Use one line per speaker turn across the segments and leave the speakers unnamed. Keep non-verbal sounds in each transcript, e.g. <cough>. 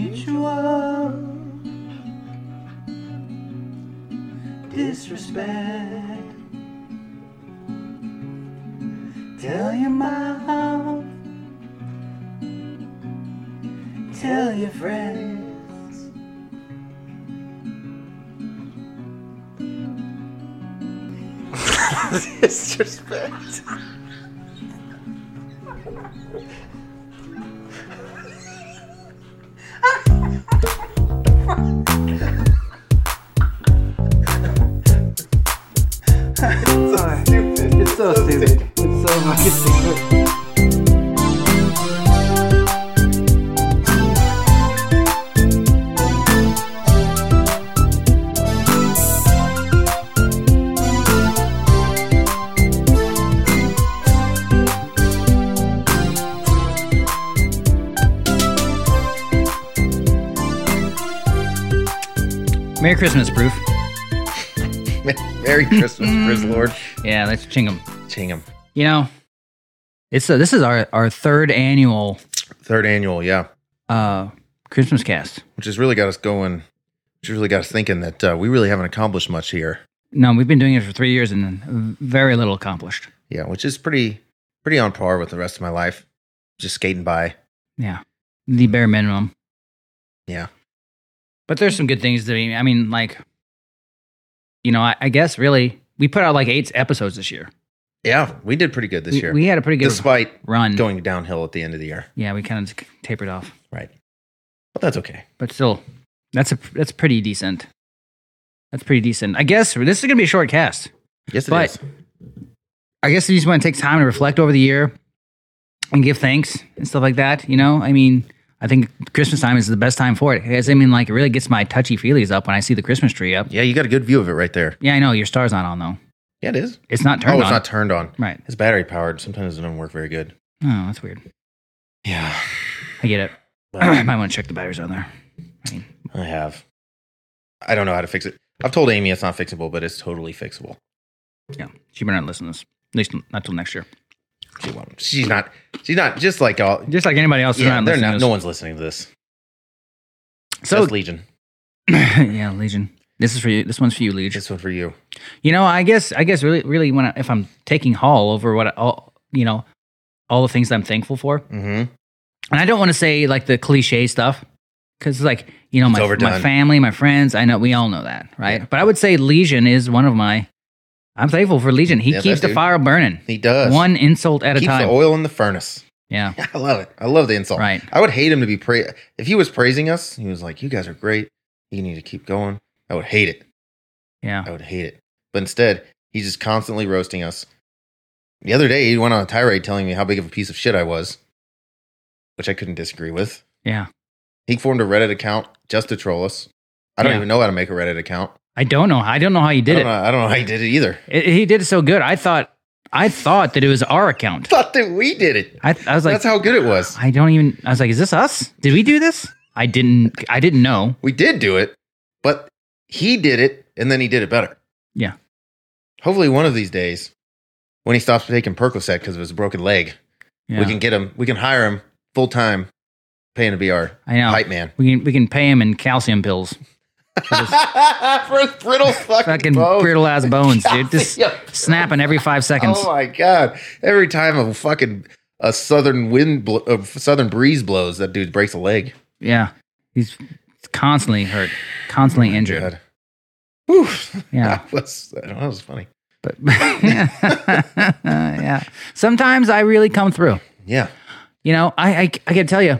mutual disrespect. Tell your mom, tell your friends.
Disrespect.
Sorry. It's so stupid. It's so fucking stupid.
Merry Christmas, proof.
<laughs> Merry Christmas,
Mm.
Chris Lord.
Yeah, that's Chingham.
Chingham.
You know, it's uh this is our our third annual
Third annual, yeah.
uh Christmas cast.
Which has really got us going. Which has really got us thinking that uh, we really haven't accomplished much here.
No, we've been doing it for three years and very little accomplished.
Yeah, which is pretty pretty on par with the rest of my life. Just skating by.
Yeah, the bare minimum.
Yeah.
But there's some good things that I mean, like, you know, I, I guess really we put out like eight episodes this year.
Yeah, we did pretty good this
we,
year.
we had a pretty good
despite
run.
going downhill at the end of the year.
Yeah, we kind of tapered off,
Right. But that's okay.
but still, that's a that's pretty decent. That's pretty decent. I guess this is gonna be a short cast.
Yes, it is.
But- I guess you just want to take time to reflect over the year and give thanks and stuff like that. You know, I mean, I think Christmas time is the best time for it. As I mean, like, it really gets my touchy feelies up when I see the Christmas tree up.
Yeah, you got a good view of it right there.
Yeah, I know your star's not on though.
Yeah, it is.
It's not turned
oh, it's
on.
not turned on.
right.
It's battery powered. Sometimes it doesn't work very good.
Oh, that's weird.
Yeah.
I get it. <clears throat> I might want to check the batteries on there.
I have. I don't know how to fix it. I've told Amy it's not fixable, but it's totally fixable.
Yeah, she better not listen to this. At least not till next year.
She won't. She's not. She's not just like all.
Just like anybody else,
Yeah,
not
they're
listening
not.
to
No one's listening to this.
this.
So Legion.
So <clears throat> yeah, Legion. This is for you. This one's for you, Legion.
This one for you.
You know, I guess, I guess, really, really, when I, if I'm taking haul over what I, all, you know, all the things that I'm thankful for,
Mm-hmm.
and I don't want to say like the cliche stuff because like you know
It's
my my
overdone.
family, my friends, I know we all know that, right?
Yeah.
But I would say Legion is one of my. I'm thankful for Legion. He
Yeah,
keeps the
that dude.
fire burning,
He does.
one insult at a
keeps the
time.
oil in the furnace. <laughs>
yeah,
I love it. I love the insult.
Right.
I would hate him to be pra- if he was praising us. He was like, "You guys are great. You need to keep going." I would hate it.
yeah.
I would hate it. But instead, he's just constantly roasting us. The other day, he went on a tirade telling me how big of a piece of shit I was, which I couldn't disagree with.
Yeah.
He formed a Reddit account just to troll us. I don't
Yeah.
even know how to make a Reddit account.
I don't know. I don't know how you did
I
it.
don't, know, I don't know how he did it either. <laughs>
It- He did it so good. I thought, I thought that it was our account.
Thought that we did it.
I, I was like, "Ah."
That's how good it was.
I don't even. I was like, is this us? Did we do this? I didn't. I didn't know.
We did do it, but he did it, and then he did it better.
Yeah.
Hopefully, one of these days, when he stops taking Percocet because of his broken leg,
Yeah,
we can get him. We can hire him full time, paying to be our
I know. <laughs>
hype man.
We can we can pay him in calcium pills.
<laughs> for his brittle fucking,
<laughs> Fucking
bones.
brittle ass bones,
<laughs>
dude. Just
Yeah.
snapping every five seconds.
Oh my god! Every time a fucking a southern wind, blo- a southern breeze blows, that dude breaks a leg.
Yeah, he's constantly hurt, constantly injured.
Oh God. Whew. <laughs>
Yeah,
that was that was funny.
but <laughs> yeah, <laughs> sometimes I really come through.
Yeah,
You know, I I, I can tell you,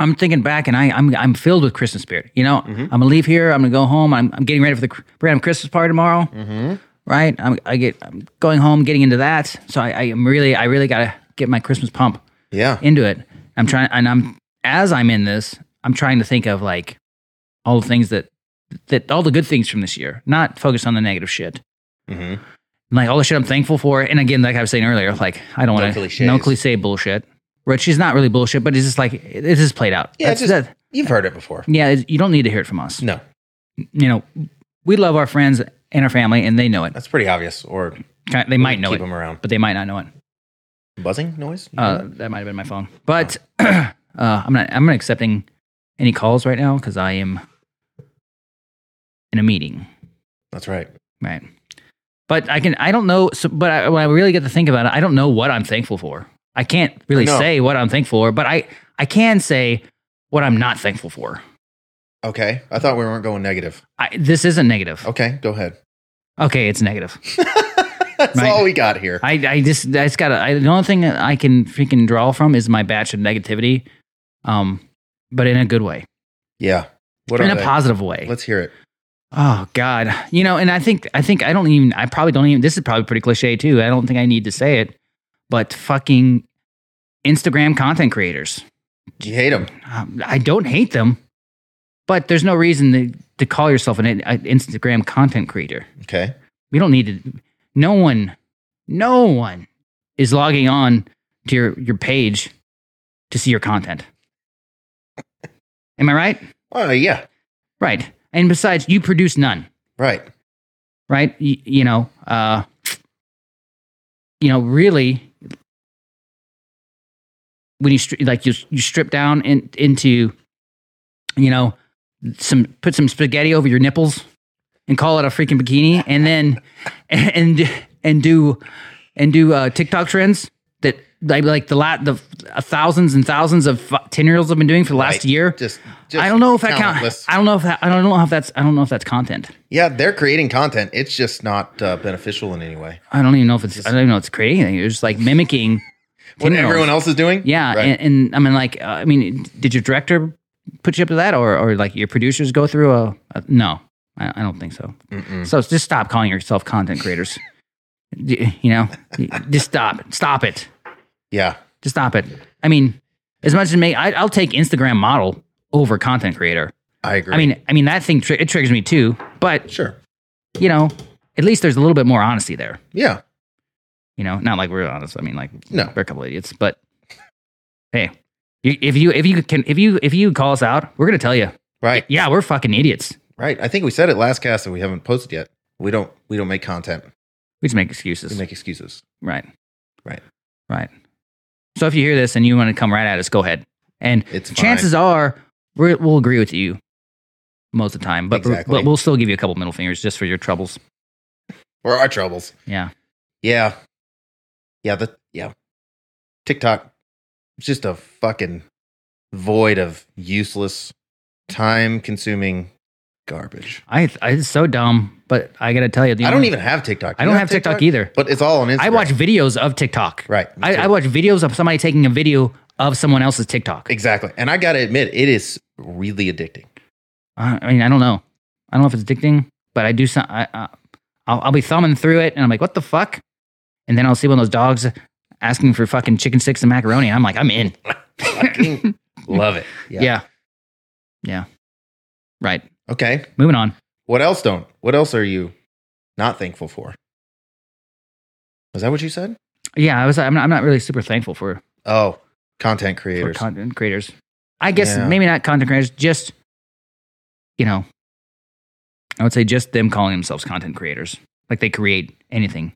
I'm thinking back, and I I'm I'm filled with Christmas spirit. You know,
Mhm.
I'm gonna leave here. I'm gonna go home. I'm I'm getting ready for the cr- random Christmas party tomorrow.
mm-hmm.
Right? I'm I get I'm going home, getting into that. So I I am really I really gotta get my Christmas pump.
yeah,
into it. I'm trying, and I'm as I'm in this, I'm trying to think of like all the things that that all the good things from this year, not focus on the negative shit.
mm-hmm.
And, like all the shit I'm thankful for, and again, like I was saying earlier, like I don't
No
want to
cliches.
no cliche bullshit. Which is not really bullshit, but it's just like it it is played out.
Yeah,
That's-
just- Mm.
that-
You've heard it before.
yeah. it- You don't need to hear it from us.
No,
You know, we love our friends and our family, and they know it.
that's pretty obvious. Or
Ki- They might know
keep
it,
him around.
but they might not know it.
Buzzing noise. You hear
Uh,
that?
<clears throat> that might have been my phone, but uh, I'm not. I'm not accepting Any calls right now? Because I am in a meeting.
That's right.
Right. But I can, I don't know. So, but I, when I really get to think about it, I don't know what I'm thankful for. I can't really
No.
say what I'm thankful for, but I, I can say what I'm not thankful for.
Okay. I thought we weren't going negative.
I, this isn't negative.
Okay. Go ahead.
Okay, it's negative.
That's
Right.
all we got here.
I, I just, I just gotta, I, the only thing that I can freaking draw from is my batch of negativity, um, but in a good way,
yeah. What
in
are
a
they?
positive way.
Let's hear it.
Oh God, you know, and I think I think I don't even I probably don't even. This is probably pretty cliche too. I don't think I need to say it, but fucking Instagram content creators.
Do you hate them?
Um, I don't hate them, but there's no reason to, to call yourself an, an Instagram content creator.
Okay.
We don't need to. No one, no one is logging on to your your page to see your content. Am I right?
Oh, yeah.
Right. And besides, you produce none.
Right.
right? You, you know, uh, you know, really, when you stri- like you you strip down in, into, you know, some put some spaghetti over your nipples and call it a freaking bikini, and then <laughs> and and do and do uh, TikTok trends that like like the la- the uh, thousands and thousands of ten year olds have been doing for the last
Right.
year.
Just, just
I don't know if that counts.
countless.
I don't know if that, I don't know if that's I don't know if that's content.
Yeah, they're creating content. It's just not uh, beneficial in any way.
I don't even know if it's I don't even know if it's creating anything. It's just like mimicking
<laughs> What
Ten-year-olds.
everyone else is doing?
Yeah,
Right.
and, and I mean, like, uh, I mean, did your director put you up to that, or or like your producers go through a, a no? I, I don't think so.
Mm-mm.
So just stop calling yourself content creators. Y- you know, just stop, stop it,
Yeah.
just stop it. I mean, as much as me, I, I'll take Instagram model over content creator.
I agree.
I mean, I mean that thing tri- it triggers me too. But
sure.
you know, at least there's a little bit more honesty there.
Yeah.
You know, not like we're honest. I mean, like
No.
we're a couple idiots, but hey, you, if you if you can if you if you call us out, we're gonna tell you.
Right.
Yeah, we're fucking idiots.
Right. I think we said it last cast that we haven't posted yet. We don't. We don't make content.
We just make
We
excuses,
make excuses.
right?
Right.
right. So if you hear this and you want to come right at us, go ahead. And
It's fine.
chances are we're, we'll agree with you most of the time, but
Exactly.
but we'll still give you a couple middle fingers just for your troubles.
or our troubles.
Yeah,
Yeah. Yeah. The yeah. TikTok. It's just a fucking void of useless, time-consuming garbage.
I, I it's so dumb, but I gotta tell you, the
I don't
only-
even have TikTok.
Mm. I
You
don't have TikTok, either.
But it's all on Instagram.
I watch <laughs> videos of TikTok.
Right. me
I,
too.
I watch <laughs> videos of somebody taking a video of someone else's TikTok.
Exactly. And I got to admit, it is really addicting.
<laughs> I I mean, I don't know. I don't know if it's addicting, but I do. Some, I, I, I'll, I'll be thumbing through it, and I'm like, "What the fuck?" And then I'll see one of those dogs asking for fucking chicken sticks and macaroni, and I'm like, "I'm in."
Fucking love it.
Yeah. yeah, Right.
Okay.
Moving on.
What else don't? What else are you not thankful for? Is that what you said?
Yeah, I was. I'm not, I'm not really super thankful for
Oh, content
for
creators.
content creators. I guess
Yeah.
maybe not content creators, just you know, I would say just them calling themselves content creators. Like they create anything.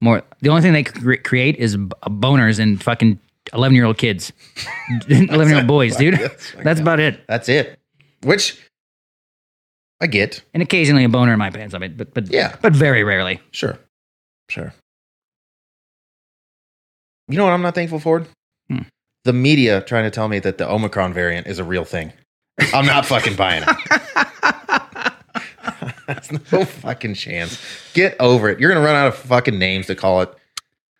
More, the only thing they cre- create is b- boners and fucking eleven year old kids, <laughs> eleven year old
<laughs>
boys, dude.
That's,
That's about it.
That's it. Which I get.
And occasionally a boner in my pants. I mean, but but
Yeah.
but very rarely.
Sure. Sure. You know what I'm not thankful for?
Hmm.
The media trying to tell me that the Omicron variant is a real thing. I'm not fucking buying it. <laughs> That's no fucking chance. Get over it. You're gonna run out of fucking names to call it.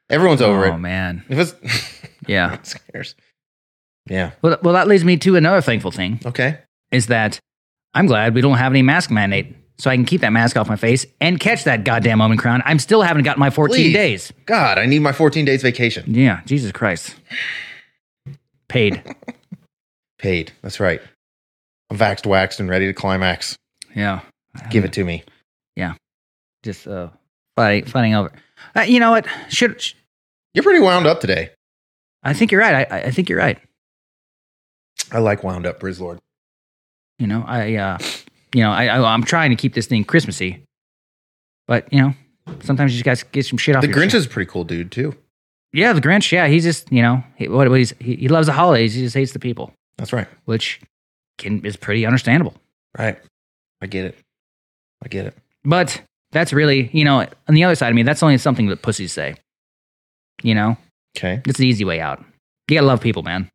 Everyone's over
oh
it.
man,
If it's <laughs>
yeah.
who cares. Yeah.
Well, well, that leads me to another thankful thing.
Okay.
is that I'm glad we don't have any mask mandate. So I can keep that mask off my face and catch that goddamn Omicron. I'm still haven't got my 14
Please.
days.
God, I need my 14 days vacation.
Yeah, Jesus Christ.
<laughs>
Paid.
Paid. That's right. I'm vaxxed, waxed, and ready to climax.
Yeah. Uh,
Give
Hmm.
it to me.
Just uh, fighting, fighting over. Uh, you know what? Should sh-
You're pretty wound up today.
I think you're right. I, I- I think you're right.
I like wound up, Brizzlord.
You know, I uh, you know, I, I I'm trying to keep this thing Christmassy, but you know, sometimes you just guys get some shit off.
The
your
Grinch
chest.
is a pretty cool dude too.
yeah, the Grinch. Yeah, he's just you know, he, what, what he's he, he loves the holidays. He just hates the people.
That's right.
which can is pretty understandable.
Right. I get it. I get it.
But that's really, you know, on the other side of me, that's only something that pussies say. You know,
Okay.
it's an easy way out. You gotta love people, man.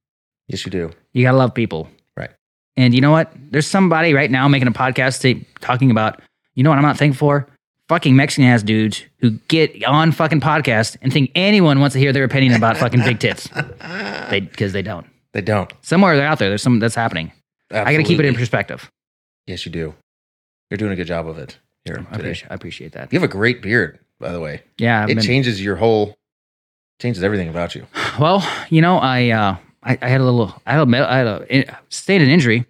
Yes, you do.
You gotta love people.
Right.
And you know what? There's somebody right now making a podcast ta- talking about, you know what I'm not thankful for? Fucking Mexican ass dudes who get on fucking podcasts and think anyone wants to hear their opinion about fucking big
<laughs>
tits. They because they don't.
They don't.
Somewhere they're out there. There's some that's happening. I gotta keep it in
Absolutely.
perspective.
Yes, you do. You're doing a good job of it here
I
today.
appreciate, I appreciate that.
You have a great beard, by the way.
Yeah, I've
it
been-
changes your whole, changes everything about you.
Well, you know, I uh, I, I had a little, I had a, med- I had a I sustained an injury.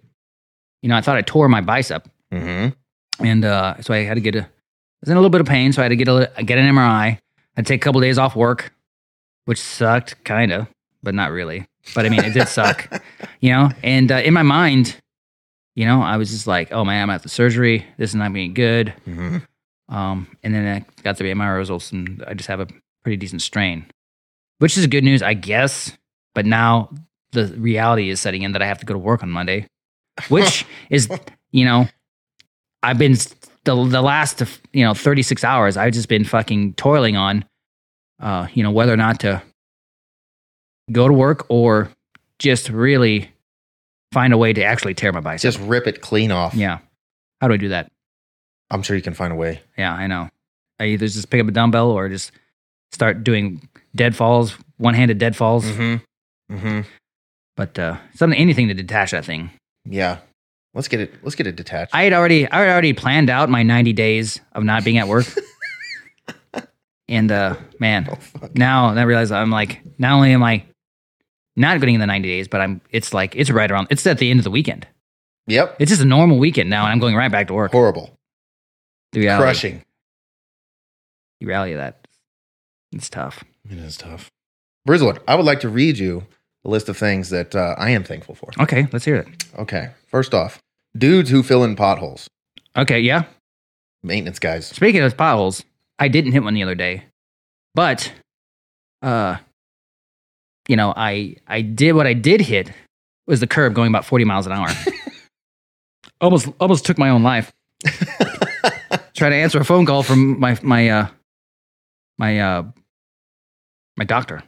You know, I thought I tore my bicep,
Mm-hmm.
and uh, so I had to get a, I was in a little bit of pain, so I had to get a li- get an MRI. I'd take a couple days off work, which sucked, kind of, but not really. But I mean, it did suck, you know. And uh, in my mind, you know, I was just like, oh man, I'm at the surgery. This is not being good.
Mm-hmm.
Um, and then I got the MRI results, and I just have a pretty decent strain, which is good news, I guess. But now the reality is setting in that I have to go to work on Monday, which is, you know, I've been s- the the last you know thirty six hours. I've just been fucking toiling on, uh, you know, whether or not to go to work or just really find a way to actually tear my bicep.
Just rip it clean off.
yeah, how do I do that?
I'm sure you can find a way.
Yeah, I know. I either just pick up a dumbbell or just start doing dead falls, one handed dead falls.
Mm-hmm. Mm-hmm.
But uh, something, anything to detach that thing.
Yeah. Let's get it. Let's get it detached.
I had already, I had already planned out my ninety days of not being at work. and uh, man,
oh, fuck.
now I realize I'm like, not only am I not getting in the ninety days, but I'm. It's like it's right around. It's at the end of the weekend.
Yep.
It's just a normal weekend now, and I'm going right back to work.
Horrible.
The reality,
Crushing.
the reality of that, it's tough.
It is tough. Brizzler, I would like to read you a list of things that uh, I am thankful for.
Okay, let's hear it.
Okay. First off, dudes who fill in potholes,
Okay, yeah.
maintenance guys.
Speaking of potholes, I didn't hit one the other day, but, uh, you know, I I did what I did hit was the curb going about forty miles an hour. <laughs> almost almost took my own <laughs> life. Trying to answer a phone call from my my uh my uh my doctor.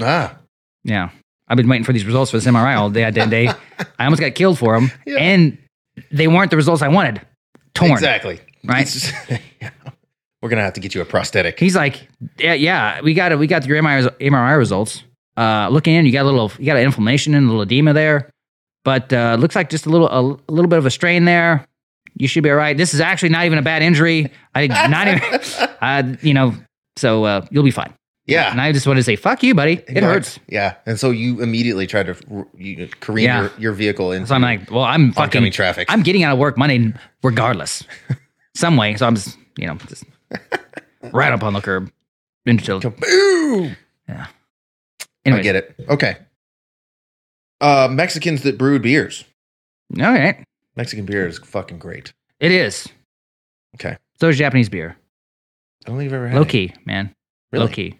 Ah.
Yeah, I've been waiting for these results for this MRI all day. I did <laughs> day. I almost got killed for them,
Yeah.
and they weren't the results I wanted. Torn.
Exactly.
Right.
It's- <laughs> yeah. We're gonna have to get you a prosthetic.
He's like, yeah, yeah, we got it. We got your MRI, res- MRI results. Uh, looking in, you got a little, you got an inflammation and a little edema there, but uh, looks like just a little, a, a little bit of a strain there. You should be all right. This is actually not even a bad injury. I not
<laughs>
even, I, you know, so uh, you'll be fine.
<laughs> yeah.
And I just want to say, fuck you, buddy. It
Yeah.
hurts.
Yeah. And so you immediately try to r- you careen
Yeah.
your, your vehicle into
So I'm like, well, I'm
oncoming
fucking,
traffic.
I'm getting out of work Monday regardless, some way. So I'm just, you know,
<laughs>
just right up on the curb until.
Kaboom! I
Anyway,
get it. Okay. Uh, Mexicans that brewed beers.
all right.
Mexican beer is fucking great.
It is.
Okay.
So is Japanese beer.
I don't think I've ever had
Low
any.
key, man.
Really?
Low key.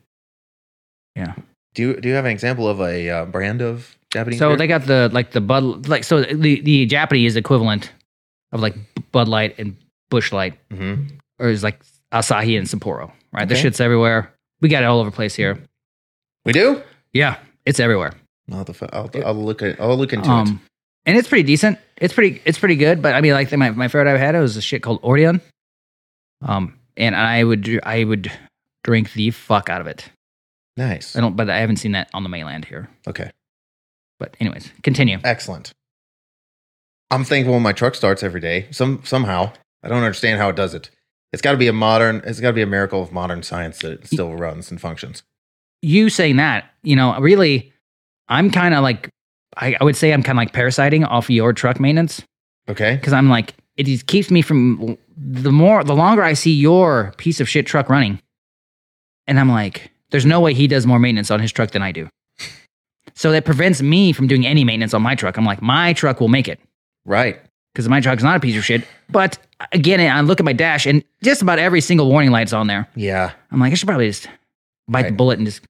Do you do you have an example of a uh, brand of Japanese?
So
beer?
they got the like the Bud like so the the Japanese equivalent of like Bud Light and Bush Light
Mhm.
or is like Asahi and Sapporo, right? This
Okay.
shit's everywhere. We got it all over the place here.
we do.
Yeah, it's everywhere.
I'll, have to fi- I'll, I'll look at I'll look into it.
Um, and it's pretty decent. It's pretty it's pretty good. But I mean, like my my favorite I've had it was a shit called Orion. Um, and I would dr- I would drink the fuck out of it.
Nice.
I don't, but I haven't seen that on the mainland here.
Okay.
But anyways, continue.
Excellent. I'm thankful when my truck starts every day. Some somehow I don't understand how it does it. It's got to be a modern. It's got to be a miracle of modern science that it still runs and functions.
you saying that, you know, really, I'm kind of like, I, I would say I'm kind of like parasiting off your truck maintenance
Okay.
because I'm like, it just keeps me from the more, the longer I see your piece of shit truck running. And I'm like, there's no way he does more maintenance on his truck than I do. So that prevents me from doing any maintenance on my truck. I'm like, my truck will make it
Right.
because my truck's not a piece of shit. But again, I look at my dash and just about every single warning light's on there.
Yeah.
I'm like, I should probably just bite the
Right.
bullet and just,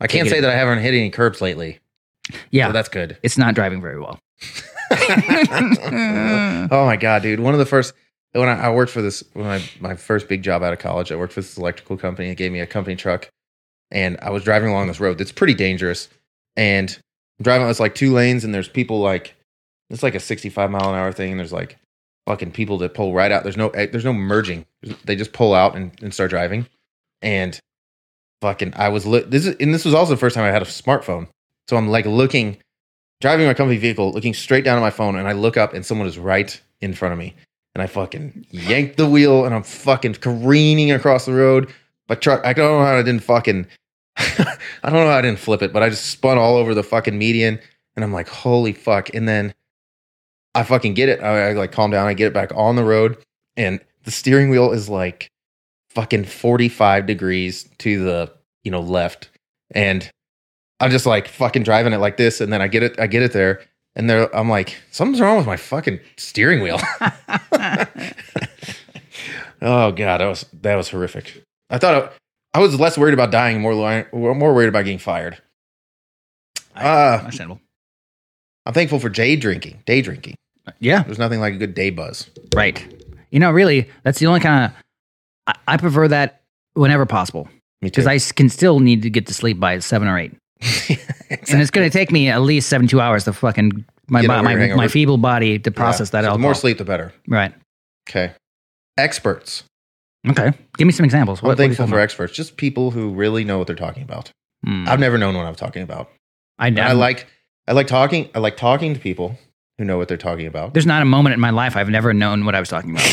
I can't
Take it
say
in.
that I haven't hit any curbs lately.
yeah,
So that's good.
<laughs> it's not driving very well.
oh my god, dude! One of the first when I, I worked for this when I, my first big job out of college, I worked for this electrical company. It gave me a company truck, and I was driving along this road that's pretty dangerous. And I'm driving, it's like two lanes, and there's people like it's like a 65 mile an hour thing, and there's like fucking people that pull right out. There's no eh, there's no merging. They just pull out and, and start driving, and fucking I was lit. This is and this was also the first time I had a smartphone, so I'm like looking driving my company vehicle, looking straight down at my phone, and I look up and someone is right in front of me. And I fucking yanked the wheel and I'm fucking careening across the road. My truck, I don't know how I didn't fucking, <laughs> I don't know how I didn't flip it, but I just spun all over the fucking median. And I'm like, holy fuck. And then I fucking get it. I, I like calm down. I get it back on the road. And the steering wheel is like fucking 45 degrees to the, you know, left. And I'm just like fucking driving it like this, and then I get it, I get it there, and there I'm like, something's wrong with my fucking steering wheel. <laughs> oh god, that was that was horrific. I thought I, I was less worried about dying, more li- more worried about getting fired. Ah,
Understandable.
I'm thankful for day drinking. Day drinking.
Yeah.
There's nothing like a good day buzz.
Right. You know, really, that's the only kind of. I, I prefer that whenever possible
Me too.
because I
<laughs>
s- can still need to get to sleep by seven or eight, and it's going to take me at least seventy-two hours to fucking my
Get
bo-
over
my,
your
my,
hangover.
feeble body to process that
Yeah. So
alcohol.
The more sleep, the better.
Right.
Okay. Experts.
Okay. Give me some examples.
I'm
What, what are you
thankful
talking
for
about?
experts, just people who really know what they're talking about.
Hmm.
I've never known what I'm talking about.
I,
And I
I'm-
like I like talking I like talking to people who know what they're talking about.
There's not a moment in my life I've never known what I was talking about.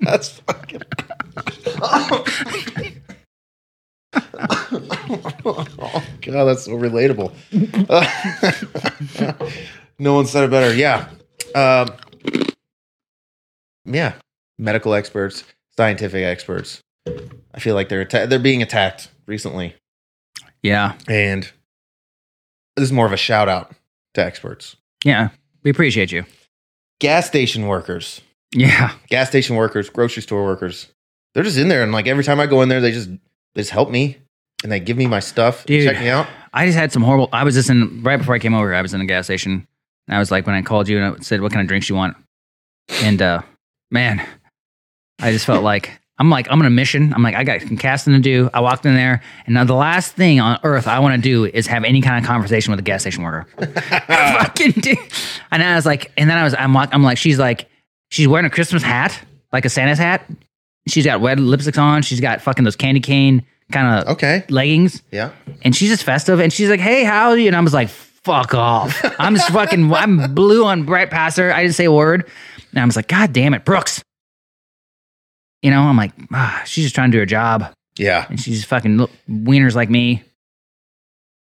<laughs> That's fucking <laughs> Oh god, that's so relatable. <laughs> no one said it better. Yeah. Um, yeah. Medical experts, scientific experts. I feel like they're atta- they're being attacked recently.
yeah.
And this is more of a shout out to experts.
Yeah. We appreciate you.
Gas station workers,
Yeah.
gas station workers, grocery store workers. They're just in there. And like every time I go in there, they just, they just help me and they give me my stuff,
Dude.
check me out.
I just had some horrible. I was just in right before I came over. I was in a gas station. And I was like, when I called you and I said, "What kind of drinks you want?" And uh, man, I just felt like I'm like I'm on a mission. I'm like I got some casting to do. I walked in there, and now the last thing on earth I want to do is have any kind of conversation with a gas station worker. <laughs> Fucking dude. And I was like, and then I was, I'm, walk- I'm like, she's like, she's wearing a Christmas hat, like a Santa's hat. She's got red lipsticks on. She's got fucking those candy cane kind of
Okay.
leggings
Yeah.
and she's just festive and she's like, "Hey, how are you?" And I was like, "Fuck off!" I'm just fucking. I'm blue on bright past her. I didn't say a word, and I was like, "God damn it, Brooks!" You know, I'm like, ah, she's just trying to do her job,
Yeah.
and she's just fucking look, wieners like me.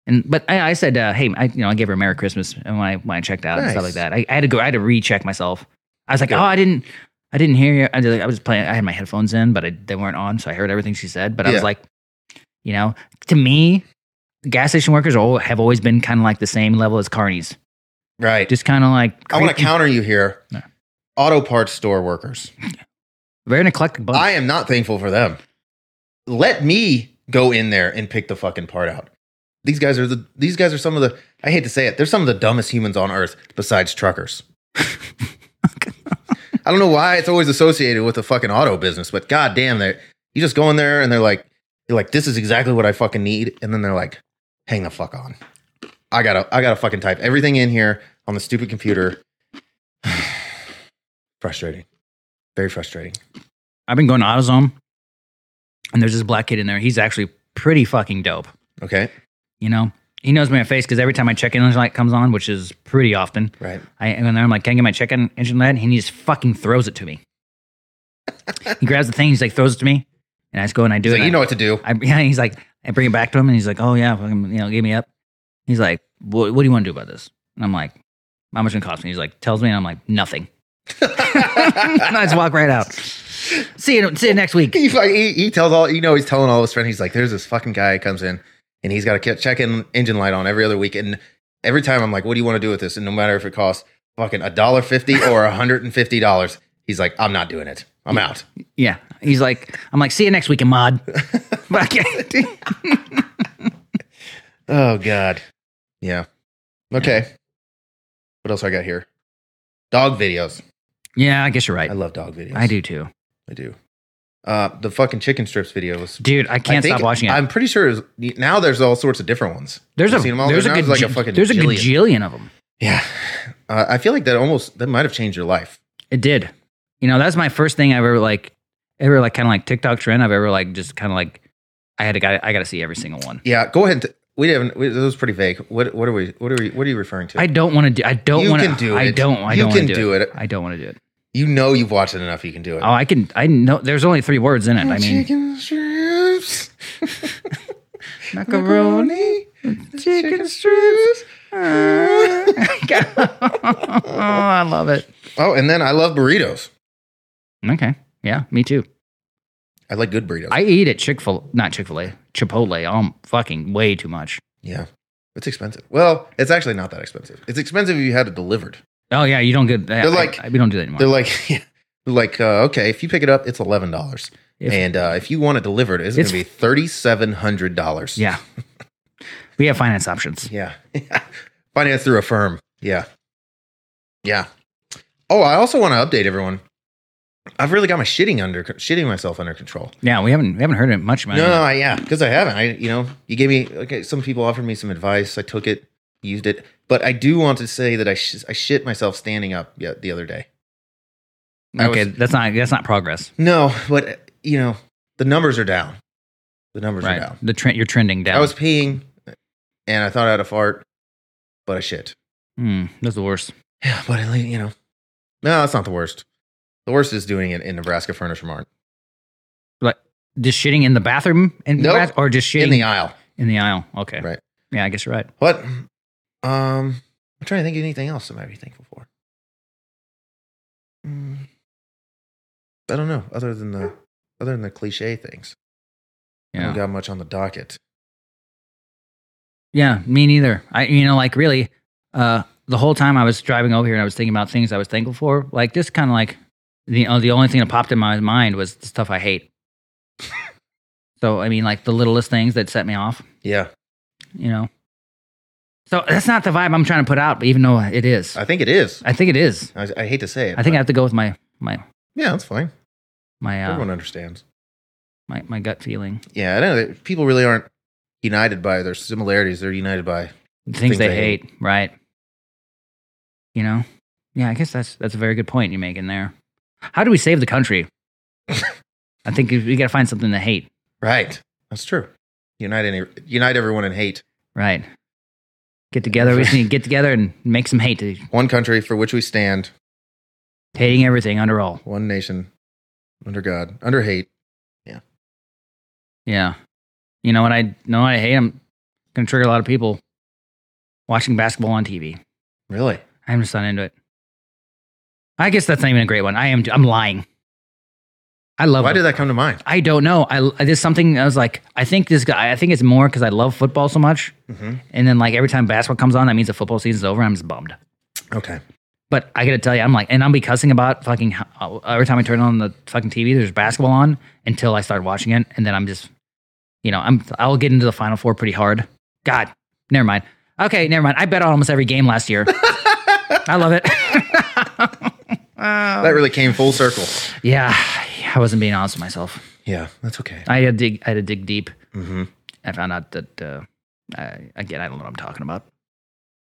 And but I, I said, uh, "Hey, I, you know, I gave her a Merry Christmas," and when I when I checked out and stuff like
Nice.
that, I, I had to go. I had to recheck myself. I was like,
Good.
"Oh, I didn't." I didn't hear you. I, did- I was playing. I had my headphones in, but I, they weren't on, so I heard everything she said. But I
Yeah.
was like, you know, to me, gas station workers are, al- have always been kind of like the same level as carnies.
Right.
Just kind of like
I want to counter you here.
No.
Auto parts store workers.
Very an eclectic bunch.
I am not thankful for them. Let me go in there and pick the fucking part out. These guys are the these guys are some of the I hate to say it, they're some of the dumbest humans on earth besides truckers. I don't know why it's always associated with the fucking auto business, but goddamn, they you just go in there and they're like you're like this is exactly what I fucking need and then they're like hang the fuck on. I got to I got to fucking type everything in here on the stupid computer. <sighs> frustrating. Very frustrating.
I've been going to AutoZone, and there's this black kid in there. He's actually pretty fucking dope.
Okay?
You know, he knows my face because every time my check engine light comes on, which is pretty often,
Right.
I and then I'm like, "Can I get my check engine light?" And he just fucking throws it to me. he grabs the thing. He's like, throws it to me, and I just go and I do
He's
it.
like,
and I-
you know what to do.
I, <laughs> yeah, he's like, I bring it back to him, and he's like, oh yeah, fucking, you know, give me up. He's like, what, what do you want to do about this? And I'm like, how much it gonna cost me? He's like, tells me, and I'm like, nothing. <laughs>
<laughs>
and I just walk right out. See you, see you next week.
he, fuck- he, he tells all you know he's telling all his friends he's like there's this fucking guy who comes in and he's got a ke- check in engine light on every other week and every time i'm like what do you want to do with this and no matter if it costs fucking a dollar fifty or a hundred and fifty dollars he's like i'm not doing it i'm out
Yeah, he's like, I'm like, see you next week,
<laughs>
Ahmad. Fuck yeah.
oh god yeah Okay. What else I got here? Dog videos.
Yeah, I guess you're right.
I love dog videos.
I do too,
I do. Uh, the fucking chicken strips video was.
dude. I can't
I think-
stop watching it.
I'm pretty sure it was, now there's all sorts of different ones.
there's
I've
a
seen 'em all.
there's a,
Now
good,
there's like a fucking
there's a
jillion.
gajillion of them.
Yeah. Uh, I feel like that almost that might have changed your life.
It did. You know, that's my first thing I've ever like, ever like kind of like TikTok trend. I've ever like just kind of like, I had to got I got to see every single one.
Yeah. Go ahead. And t- we didn't. We, that was pretty vague. What What are we? What are we? What are you referring to?
I don't want to do. I don't
You
want
can do
I
it.
don't. I
You
don't wanna
can
do,
do
it.
it.
I don't want to do it.
you know you've watched it enough. You can do it.
Oh, I can. I know. There's only three words in it. I mean,
chicken strips,
macaroni.
chicken strips.
oh, <laughs> I love it.
<laughs> Oh, and then I love burritos.
Okay. Yeah, me too.
I like good burritos.
I eat at Chick fil not Chick fil A, Chipotle. Um, fucking way too much.
yeah, it's expensive. Well, it's actually not that expensive. It's expensive if you had it delivered.
Oh yeah, you don't get that.
They're like-
I- we don't do that anymore.
They're like, <laughs> they're like uh, okay, if you pick it up, it's eleven dollars,
If-
and uh, if you want it delivered, it's,
It's-
going to be thirty seven hundred dollars.
yeah, <laughs> we have finance options.
yeah, <laughs> finance through a firm. Yeah, yeah. Oh, I also want to update everyone. I've really got my shitting under shitting myself under control.
Yeah, we haven't we haven't heard it much. about
No,
it.
no, I, yeah, because I haven't. I, you know, you gave me. Okay, some people offered me some advice. I took it, used it, but I do want to say that I sh- I shit myself standing up yeah, the other day. I
okay,
was-
that's not that's not progress.
no, but uh, you know, the numbers are down. The numbers are
Right,
down.
the trend you're trending down.
I was peeing, and I thought I had a fart, but I shit.
Hmm, that's the worst.
Yeah, but at least you know. No, that's not the worst. The worst is doing it in Nebraska Furniture Mart
Like just shitting in the bathroom and
Nope.
or just shitting
in the aisle.
in the aisle. Okay,
Right.
Yeah, I guess you're right.
What? Um, I'm trying to think of anything else I might be thankful for. Mm. I don't know. Other than the other than the cliche things, I
Yeah,
don't got much on the docket.
yeah, me neither. I you know like really, uh, the whole time I was driving over here and I was thinking about things I was thankful for. Like just kind of like the uh, the only thing that popped in my mind was the stuff I hate. so I mean like the littlest things that set me off.
Yeah,
You know. So that's not the vibe I'm trying to put out, but even though it is,
I think it is.
I think it is.
I, I hate to say it.
I think I
but-
have to go with my my
yeah, that's fine.
my uh,
Everyone understands.
my, my gut feeling.
Yeah, I know that people really aren't united by their similarities. They're united by
The things, they, hate, right? You know? Yeah, I guess that's that's a very good point you're making there. How do we save the country? I think we got to find something to hate,
right. That's true. Unite any unite everyone in hate.
right? Get together. <laughs> We just need to get together and make some hate to
One country for which we stand.
hating everything under all.
One nation under God, under hate.
Yeah. You know what I know what I hate? I'm going to trigger a lot of people watching basketball on TV.
Really?
I'm just not into it. I guess that's not even a great one. I am. I'm lying. I love.
Why
it.
did that come to mind?
I don't know. I there's something I was like. I think this guy. I think it's more because I love football so much. And then like every time basketball comes on, that means the football season's over. I'm just bummed.
Okay.
But I gotta tell you, I'm like, and I'll be cussing about fucking how, every time I turn on the fucking TV. There's basketball on until I start watching it, and then I'm just, you know, I'm I'll get into the Final Four pretty hard. God, never mind. Okay, never mind. I bet on almost every game last year. I love it.
that really came full circle.
yeah, I wasn't being honest with myself.
Yeah, that's okay.
I had to dig. I had to dig deep.
hmm
I found out that uh, I, again. I don't know what I'm talking about.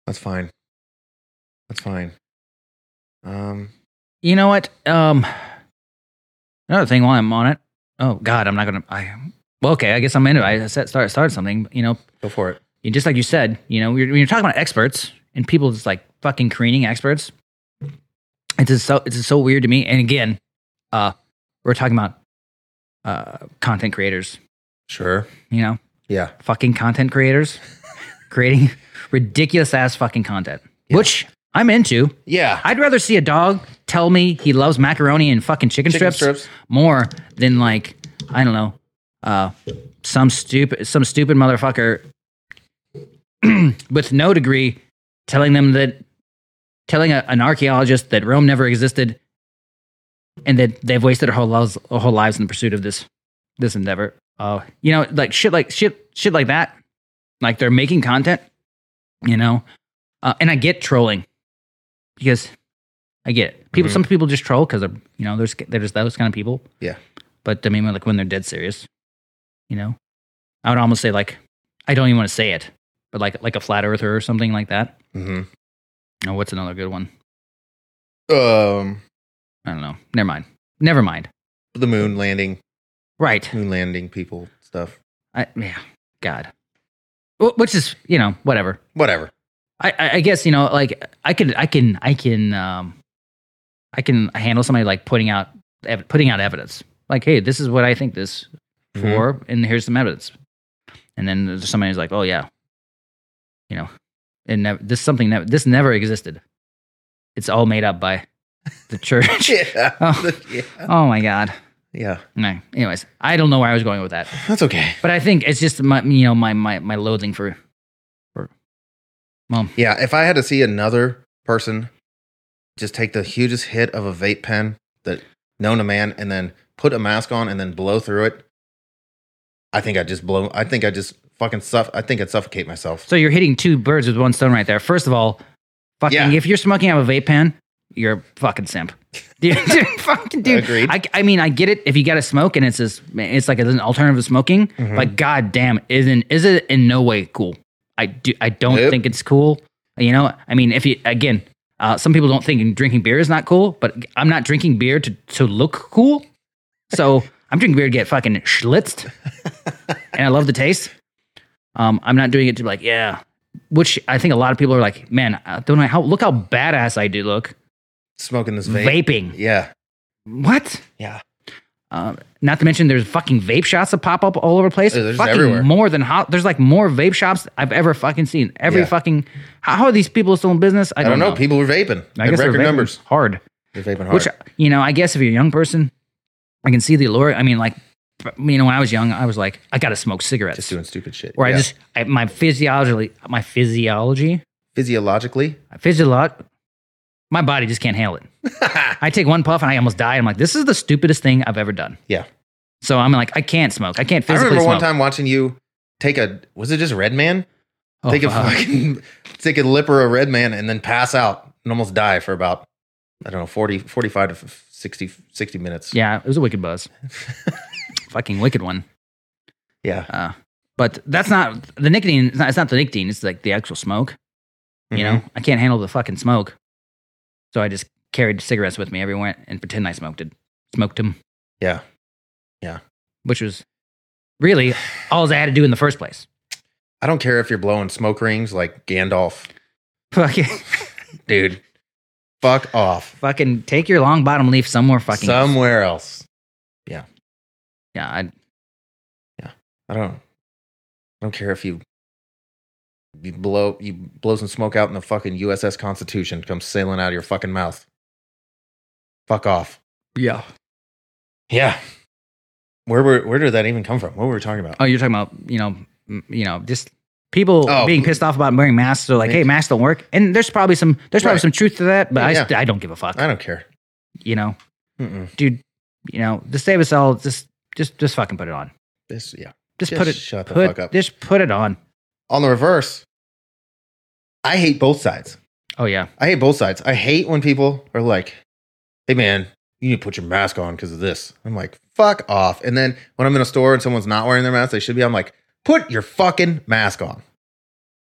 That's fine. That's fine. Um,
You know what? Um, another thing while I'm on it. Oh God, I'm not gonna. I well, okay. I guess I'm into. It. I said start started something. You know,
go for it.
you- just like you said. You know, when you're, when you're talking about experts and people just like fucking careening experts. It's just so it's just so weird to me. And again, uh, we're talking about uh content creators.
Sure.
You know,
Yeah.
fucking content creators <laughs> creating ridiculous ass fucking content,
Yeah.
which I'm into.
Yeah.
I'd rather see a dog tell me he loves macaroni and fucking chicken,
Chicken
strips, more than like I don't know, uh, some stupid some stupid motherfucker <clears throat> with no degree telling them that telling a, an archaeologist that Rome never existed and that they've wasted their whole lives, their whole lives in the pursuit of this this endeavor. Uh, you know, like shit, like shit, shit like that. Like they're making content. You know, Uh, and I get trolling because I get it. people.
Mhm.
Some people just troll because they're you know they're sca- they're just those kind of people.
Yeah.
But I mean, like when they're dead serious, you know, I would almost say like I don't even want to say it, but like like a flat earther or something like that.
hmm
Oh, what's another good one?
Um,
I don't know. Never mind. Never mind.
the moon landing,
Right.
moon landing people stuff,
I, yeah. God. Wh- Which is you know whatever.
whatever.
I, I, I guess you know, like I could, I can, I can, um, I can handle somebody like putting out, ev- putting out evidence. Like, hey, this is what I think this
Mm-hmm.
<laughs> for, and here's some evidence. And then there's somebody who's like, oh yeah, you know, and never, this something never, this never existed. It's all made up by the
<laughs>
church.
Yeah.
Oh.
yeah,
oh my god.
<laughs> yeah,
No. Anyways, I don't know where I was going with that,
that's okay.
but I think it's just my, you know, my my my loathing for, for, well,
Yeah, if I had to see another person just take the hugest hit of a vape pen that known to man and then put a mask on and then blow through it, I think I'd just blow I think I'd just fucking suff I think I'd suffocate myself.
So you're hitting two birds with one stone right there. First of all, fucking
Yeah.
if you're smoking out of a vape pen, you're a fucking simp. <laughs> Dude,
<laughs>
dude, fucking dude.
Agreed.
I, I mean, I get it if you got to smoke and it's this, it's like an alternative to smoking,
Mhm.
but goddamn, isn't is it in no way cool? I do I don't
Nope.
think it's cool. You know, I mean, if you again, uh, some people don't think drinking beer is not cool, but I'm not drinking beer to to look cool. So I'm drinking beer to get fucking schlitzed, and I love the taste. Um, I'm not doing it to be like, yeah, which I think a lot of people are like, man, I don't know how look how badass I do look
Smoking this vape.
vaping.
Yeah.
What?
Yeah.
Uh, not to mention, there's fucking vape shops that pop up all over the place.
Yeah, they're just
fucking
everywhere.
more than ho- there's like more vape shops I've ever fucking seen. Every
Yeah.
fucking how, how are these people still in business? I
I
don't,
don't know.
know.
People were vaping.
I
at
guess they're
record
vaping
numbers.
hard.
They're vaping hard.
Which you know, I guess if you're a young person, I can see the allure. I mean, like you know, when I was young, I was like, I gotta smoke cigarettes.
just doing stupid shit.
Where
Yeah.
I just I, my physiology, my physiology,
physiologically.
physiolog, my body just can't
<laughs>
handle it. I take one puff and I almost die. I'm like, this is the stupidest thing I've ever done.
Yeah.
So I'm like, I can't smoke. I can't
I
physically
remember
smoke.
one time watching you take a was it just Red Man?
Oh,
take a
fuck.
fucking take a lip or a red man and then pass out and almost die for about i don't know 40 45 to f- 60 60
<laughs>
minutes
Yeah, it was a wicked
<laughs>
buzz. fucking wicked one.
yeah
Uh, but that's not the nicotine. It's not, it's not the nicotine. It's like the actual smoke. You
Mm-hmm.
know, I can't handle the fucking smoke. So I just carried cigarettes with me everywhere and pretend I smoked it. Smoked them.
Yeah. Yeah.
Which was really all I had to do in the first place. <laughs>
i don't care if you're blowing smoke rings like gandalf
Fucking,
dude fuck off
fucking take your long bottom leaf somewhere fucking.
somewhere else
yeah, I,
i don't i don't care if you you blow you blow some smoke out in the fucking uss constitution comes sailing out of your fucking mouth fuck off
yeah.
yeah where were where did that even come from what were we talking about
Oh, you're talking about you know, m- you know, just people
Oh.
being pissed off about wearing masks. They're like, hey, masks don't work, and there's probably some there's probably
Right.
some truth to that, but I,
Yeah.
st- I don't give a fuck.
I don't care.
You know,
Mm-mm.
dude, you know, to save us all, just just just fucking put it on.
This, yeah.
Just, put it.
Shut the
put,
fuck up.
Just put it on.
On the reverse, I hate both sides.
Oh yeah,
I hate both sides. I hate when people are like, "Hey man, you need to put your mask on because of this." I'm like, "Fuck off!" And then when I'm in a store and someone's not wearing their mask, they should be. I'm like, "Put your fucking mask on."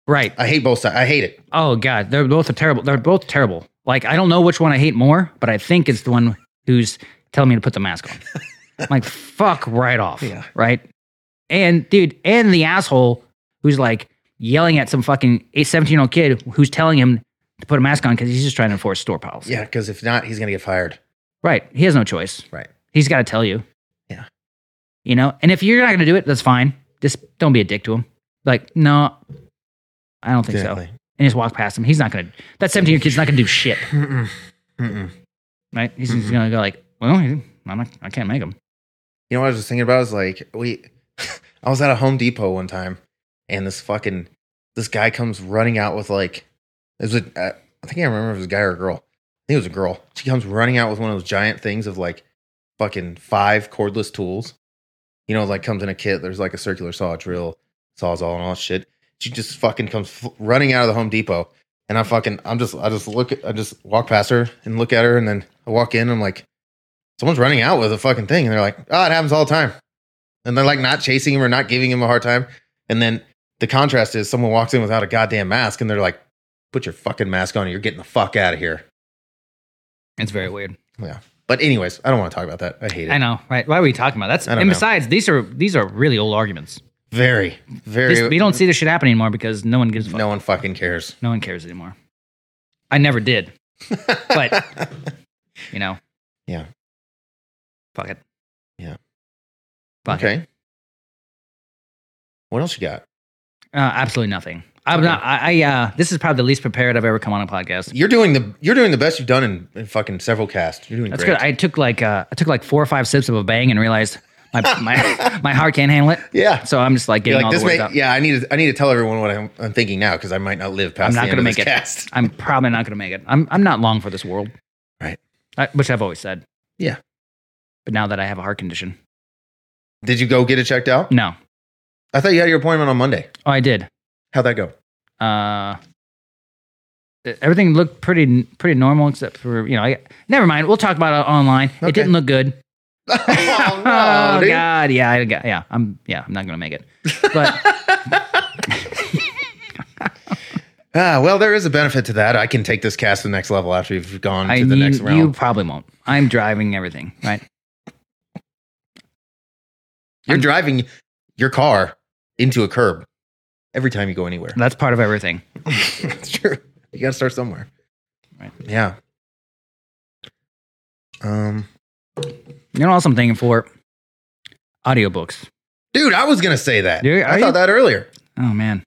right.
I hate both sides. I hate it.
Oh god, they're both terrible. They're both terrible. Like I don't know which one I hate more, but I think it's the one who's telling me to put the mask on.
<laughs>
I'm like fuck right off.
Yeah.
Right. And dude, and the asshole who's like yelling at some fucking 17 year old kid who's telling him to put a mask on because he's just trying to enforce store policy.
Yeah, because if not, he's gonna get fired.
Right. He has no choice.
Right.
He's got to tell you.
Yeah.
You know, and if you're not going to do it, that's fine. Just don't be a dick to him. Like, no, I don't think so. And just walk past him. He's not going to, that 17 year old kid's not going to do shit.
Mm-mm. Mm-mm.
right? He's
Mhm.
just gonna go like, well, I'm not, I can't make them.
You know what I was just thinking about? Is like we, <laughs> I was at a Home Depot one time, and this fucking this guy comes running out with like, it was a, uh, I think I remember if it was a guy or a girl. I think it was a girl. She comes running out with one of those giant things of like fucking five cordless tools. You know, like comes in a kit. There's like a circular saw, drill, sawzall, and all that shit. She just fucking comes f- running out of the Home Depot And I fucking, I'm just, I just look, at, I just walk past her and look at her, and then I walk in. I'm like, someone's running out with a fucking thing, and they're like, oh, it happens all the time. And they're like not chasing him or not giving him a hard time. And then the contrast is someone walks in without a goddamn mask, and they're like, put your fucking mask on, or you're getting the fuck out of here.
It's very weird.
But anyways, I don't want to talk about that. I hate it.
I know, right? Why are we talking about that? That's
I don't
and
know.
besides, these are these are really old arguments.
Very, very.
This, we don't see this shit happen anymore because no one gives a fuck.
no one fucking cares.
no one cares anymore. I never did,
<laughs>
but you know.
Yeah.
Fuck it.
Yeah.
Fuck it.
okay. What else you got?
Uh, absolutely nothing. I'm not. I, I uh, this is probably the least prepared I've ever come on a podcast.
You're doing the you're doing the best you've done in, in fucking several casts. You're doing
That's
great.
good. I took like uh, I took like four or five sips of a bang and realized my
<laughs>
my, my heart can't handle it.
yeah.
So I'm just like
You're
getting
like,
all
this
the words
may,
out.
yeah, I need to I need to tell everyone what I'm, I'm thinking now because I might not live past
I'm
the
not
end
gonna
of
make
this
it.
cast.
I'm probably not going to make it. I'm I'm not long for this world.
Right.
I, which I've always said.
Yeah.
But now that I have a heart condition,
Did you go get it checked out?
no.
I thought you had your appointment on Monday.
Oh, I did.
How'd that go?
Uh, e-, everything looked pretty pretty normal except for you know. I, never mind. We'll talk about it online.
Okay.
It didn't look good.
oh,
<laughs> oh
dude.
God, yeah, I, got- yeah. I'm yeah. I'm not gonna
<laughs>
make it. But
Ah, well, there is a benefit to that. I can take this cast to the next level after you've gone
I
to the
you,
next
you
round.
probably won't. I'm driving everything right.
You, are driving your car into a curb every time you
<laughs>
go anywhere.
That's part of everything.
That's true. You got to start somewhere.
Right.
Yeah. Um,
You know what else I'm thinking for? Audiobooks.
dude, I was gonna say that.
Dude,
I
are
thought
you?
that earlier.
Oh man.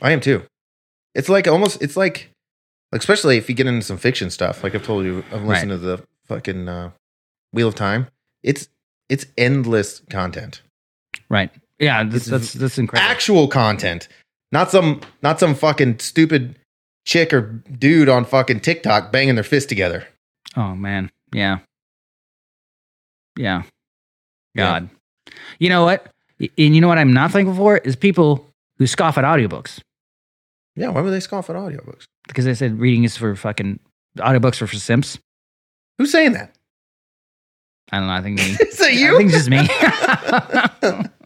I am too. It's like almost. It's like, like, especially if you get into some fiction stuff. Like I've told you, I've listened to the fucking uh, Wheel of Time. It's it's endless content.
Right. Yeah, that's
It's
that's, that's incredible.
actual content, not some not some fucking stupid chick or dude on fucking TikTok banging their fist together.
oh man. Yeah. Yeah.
Yeah.
God. You know what? Y- And you know what I'm not thankful for is people who scoff at audiobooks
Yeah, why would they scoff at audiobooks?
because they said reading is for fucking audiobooks are for simps.
Who's saying that? <laughs>
I don't know. I think me.
Is
I
that you?
think it's just me.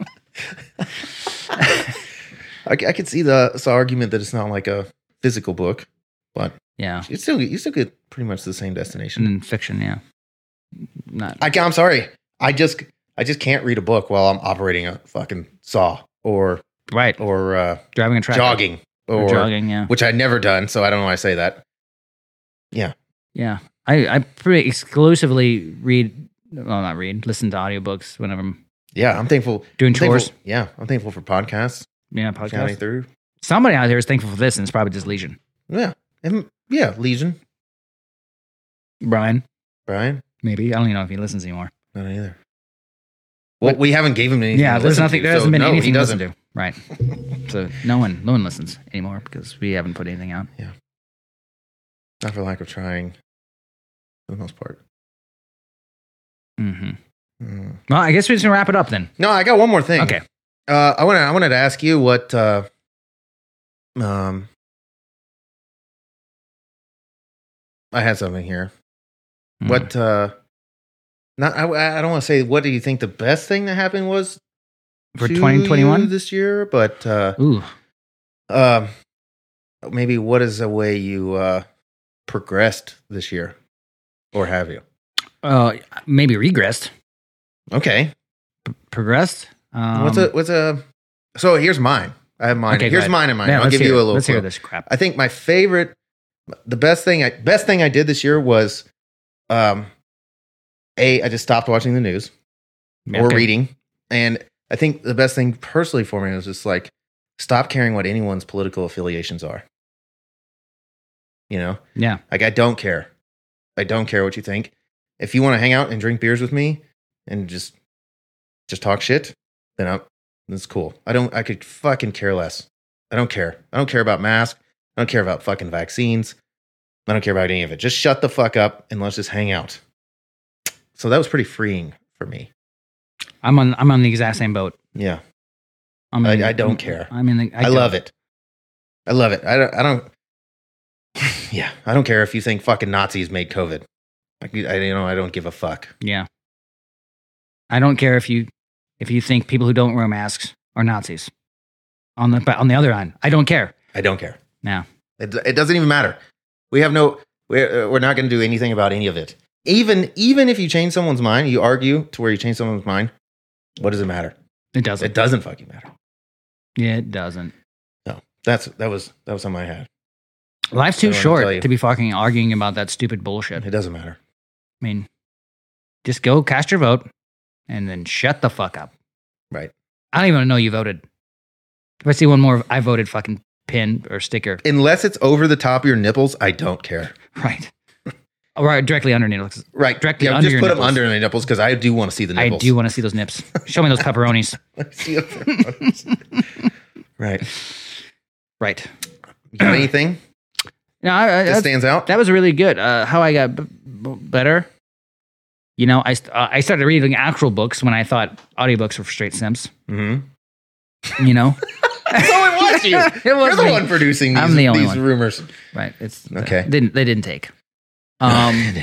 <laughs>
<laughs> I, c- I could see the this argument that it's not like a physical book, but
yeah.
it's still you still get pretty much the same destination.
And then fiction, yeah. Not
I can, I'm sorry, I just I just can't read a book while I'm operating a fucking saw or
right.
or uh,
Driving a tractor.
jogging or,
Or jogging, yeah.
which I've never done, so I don't know why I say that.
Yeah. I, I pretty exclusively read well not read, listen to audiobooks whenever I'm
Yeah, I'm thankful.
doing
I'm thankful-
chores.
yeah, I'm thankful for podcasts.
Yeah,
Counting
podcast.
through.
Somebody out there is thankful for this and it's probably just Legion.
Yeah, and yeah, Legion.
Brian,
Brian,
maybe. I don't even know if he listens anymore.
not either. Well, we haven't gave him anything.
yeah,
to
there's
listen
nothing
to,
there
so
hasn't been
no,
anything
He
to
doesn't.
listen to. Right. so no one no one listens anymore because we haven't put anything out.
Not for lack of trying, for the most part.
hmm
Hmm.
Well, I guess we're just gonna wrap it up then.
No, I got one more thing.
Okay.
Uh, I wanted I wanted to ask you what uh, um I had something here.
Mm.
What uh not I, I don't want to say what do you think the best thing that happened was
for
to
twenty twenty
you
one?
this year, but uh
Ooh.
um maybe what is a way you uh progressed this year or have you?
Uh maybe regressed.
Okay.
Progressed. Um,
what's a what's a so here's mine. I have mine.
Okay, go
here's
ahead.
mine and mine.
Yeah,
I'll
let's
give
hear
you
it.
a little
Let's hear
clue.
this crap.
I think my favorite, the best thing I best thing I did this year was, um, a I just stopped watching the news or
Okay.
reading, and I think the best thing personally for me was just like stop caring what anyone's political affiliations are. You know,
Yeah.
like I don't care, I don't care what you think. If you want to hang out and drink beers with me and just just talk shit, then I'm that's cool. I don't I could fucking care less. I don't care. I don't care about masks. I don't care about fucking vaccines. I don't care about any of it. Just shut the fuck up and let's just hang out. So that was pretty freeing for me.
I'm on I'm on the exact same boat.
Yeah.
I'm
I-
in-
I don't
I'm-
care.
I'm in the
I, love it. I love it. I don't <sighs> I don't Yeah, I don't care if you think fucking Nazis made COVID. Like, you- I you know I don't give a fuck.
Yeah. I don't care if you if you think people who don't wear masks are Nazis. On the but on the other hand, I don't care.
I don't care.
No.
It, it doesn't even matter. We have no. We're, uh, we're not going to do anything about any of it. Even even if you change someone's mind, you argue to where you change someone's mind. What does it matter?
It doesn't.
It doesn't fucking matter.
yeah, it doesn't.
No, that's that was that was on my head.
Life's
I
too
wanna tell you. Mm-hmm.
short to be fucking arguing about that stupid bullshit.
It
I
doesn't matter.
mean, just go cast your vote and then shut the fuck up.
Right.
I don't even wanna know you voted. If I see one more I voted fucking pin or sticker. <laughs>
Unless it's over the top of your nipples, I don't care. <laughs>
Right. Or directly underneath.
Right,
Directly
Yeah,
under
just
your
put them
nipples.
under the nipples because I do want to see the
I
nipples.
do
<laughs>
want to see those nips. Show me those pepperonis.
See if they're- right.
Right.
You
<clears throat>
got anything
No, I, I,
that
that's-
stands out?
that was really good. Uh, how I got b- b- better. You know, I, st- uh, I started reading actual books when I thought audiobooks were for straight simps.
mm-hmm.
You know,
So it was you.
It
<laughs>
<laughs>
You're
was
the
me.
one producing these,
I'm the only
these
one.
rumors.
right? It's
Okay.
they didn't they didn't take? Um,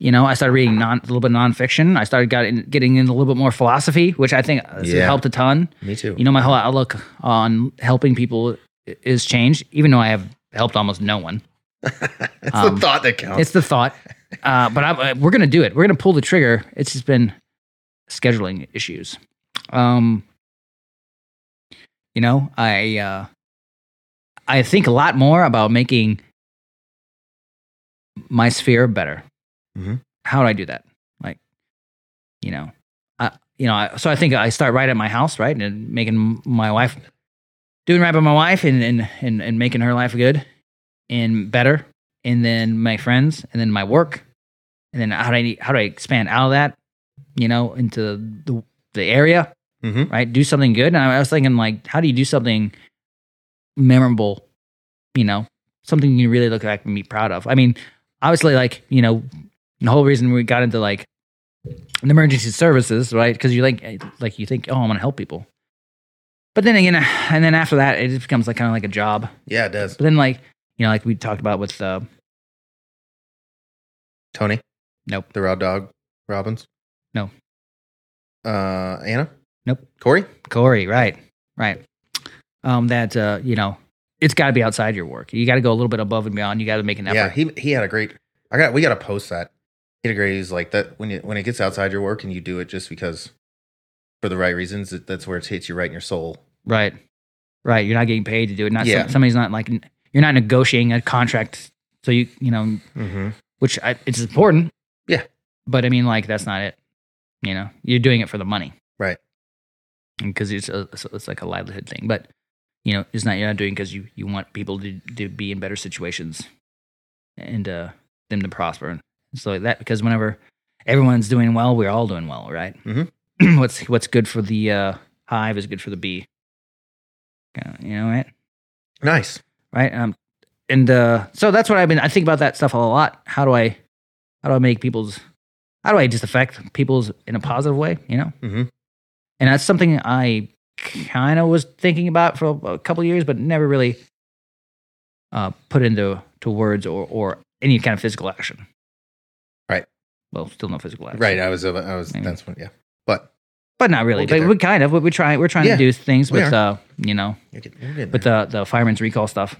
you know, I started reading non, a little bit of nonfiction. I started got in, getting into a little bit more philosophy, which I think has
Yeah.
helped a ton.
me too. <laughs>
You know, my whole outlook on helping people i- is changed, even though I have helped almost no one.
it's
um,
the thought that counts.
It's the thought. Uh, but I, uh, we're going to do it. We're going to pull the trigger. It's just been scheduling issues. Um, you know, I uh, I think a lot more about making my sphere better.
Mhm.
How do I do that? Like, you know, I, you know. I, so I think I start right at my house, right, and making my wife doing right by my wife, and and and, and making her life good and better and then my friends, and then my work, and then how do I how do I expand out of that, you know, into the the area,
Mhm.
right? Do something good. And I was thinking like, how do you do something memorable, you know, something you really look back and be proud of? I mean, obviously, like you know, the whole reason we got into like an emergency services, right? Because you like like you think, oh, I'm gonna help people. But then again, and then after that, it just becomes like kind of like a job.
yeah, it does.
But then, like you know, like we talked about with uh,
Tony.
Nope.
The raw dog Robbins.
No.
Uh, Anna.
Nope.
Corey.
Corey, right, right. Um, that uh, you know, it's got to be outside your work. You got to go a little bit above and beyond. You got to make an effort.
Yeah, he he had a great. I got we got to post that. He had a great. He's like that when it when it gets outside your work and you do it just because for the right reasons. That, that's where it hits you right in your soul.
Right, right. You're not getting paid to do it. Not
Yeah.
some, somebody's not like n- you're not negotiating a contract. So you you know,
Mm-hmm.
which I, it's important.
Yeah.
but I mean, like that's not it. You know, you're doing it for the money,
Right.
Because it's a, it's it's like a livelihood thing, but you know, it's not you're not doing because you you want people to to be in better situations and uh them to prosper. So like that because whenever everyone's doing well, we're all doing well, right?
Mhm.
Mm-hmm. <clears throat> what's what's good for the uh, hive is good for the bee. Yeah, you know right?
Nice.
right? Um, and uh, so that's what I've been. I think about that stuff a lot. How do I, how do I make people's, how do I just affect people's in a positive way? You know,
Mhm.
and that's something I kind of was thinking about for a couple of years, but never really uh, put into to words or or any kind of physical action.
Right.
Well, still no physical action.
Right. I was. uh, I was.
Maybe.
That's when. Yeah. But
But not really.
We'll get
but
there.
we kind of we, we try we're trying
Yeah,
to do things
we
with uh you know
you're getting, you're getting
with
there.
the the fireman's recall stuff.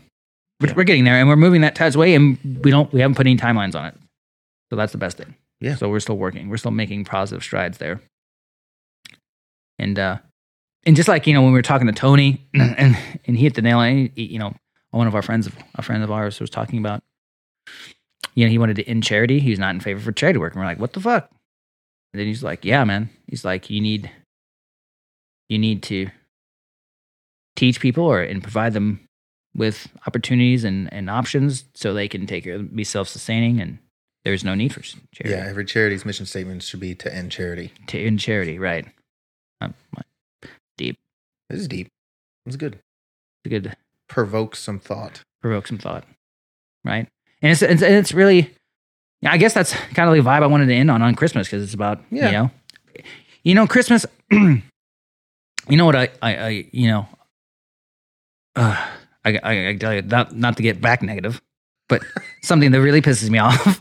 We're,
Yeah.
we're getting there, and we're moving that Tad's way, and we don't we haven't put any timelines on it, so that's the best thing.
Yeah.
So we're still working. We're still making positive strides there. And uh, and just like you know when we were talking to Tony, <clears throat> and and he hit the nail. on it, he- You know, one of our friends, a friend of ours, was talking about. You know, he wanted to end charity. He was not in favor for charity work, and we're like, what the fuck? And then he's like, yeah, man. He's like, you need, you need to teach people or and provide them with opportunities and, and options so they can take care of be self sustaining and there's no need for s- charity
yeah, every charity's mission statement should be to end charity.
to in charity right um, it's
This is deep. It's good.
a good
Provokes some thought.
provoke some thought right and it's it's, and it's really yeah, I guess that's kind of the vibe I wanted to end on on Christmas because it's about
Yeah.
you know you know Christmas <clears throat> you know what I I, I you know uh, I, I I tell you not not to get back negative
<laughs>
But something that really pisses me <laughs> off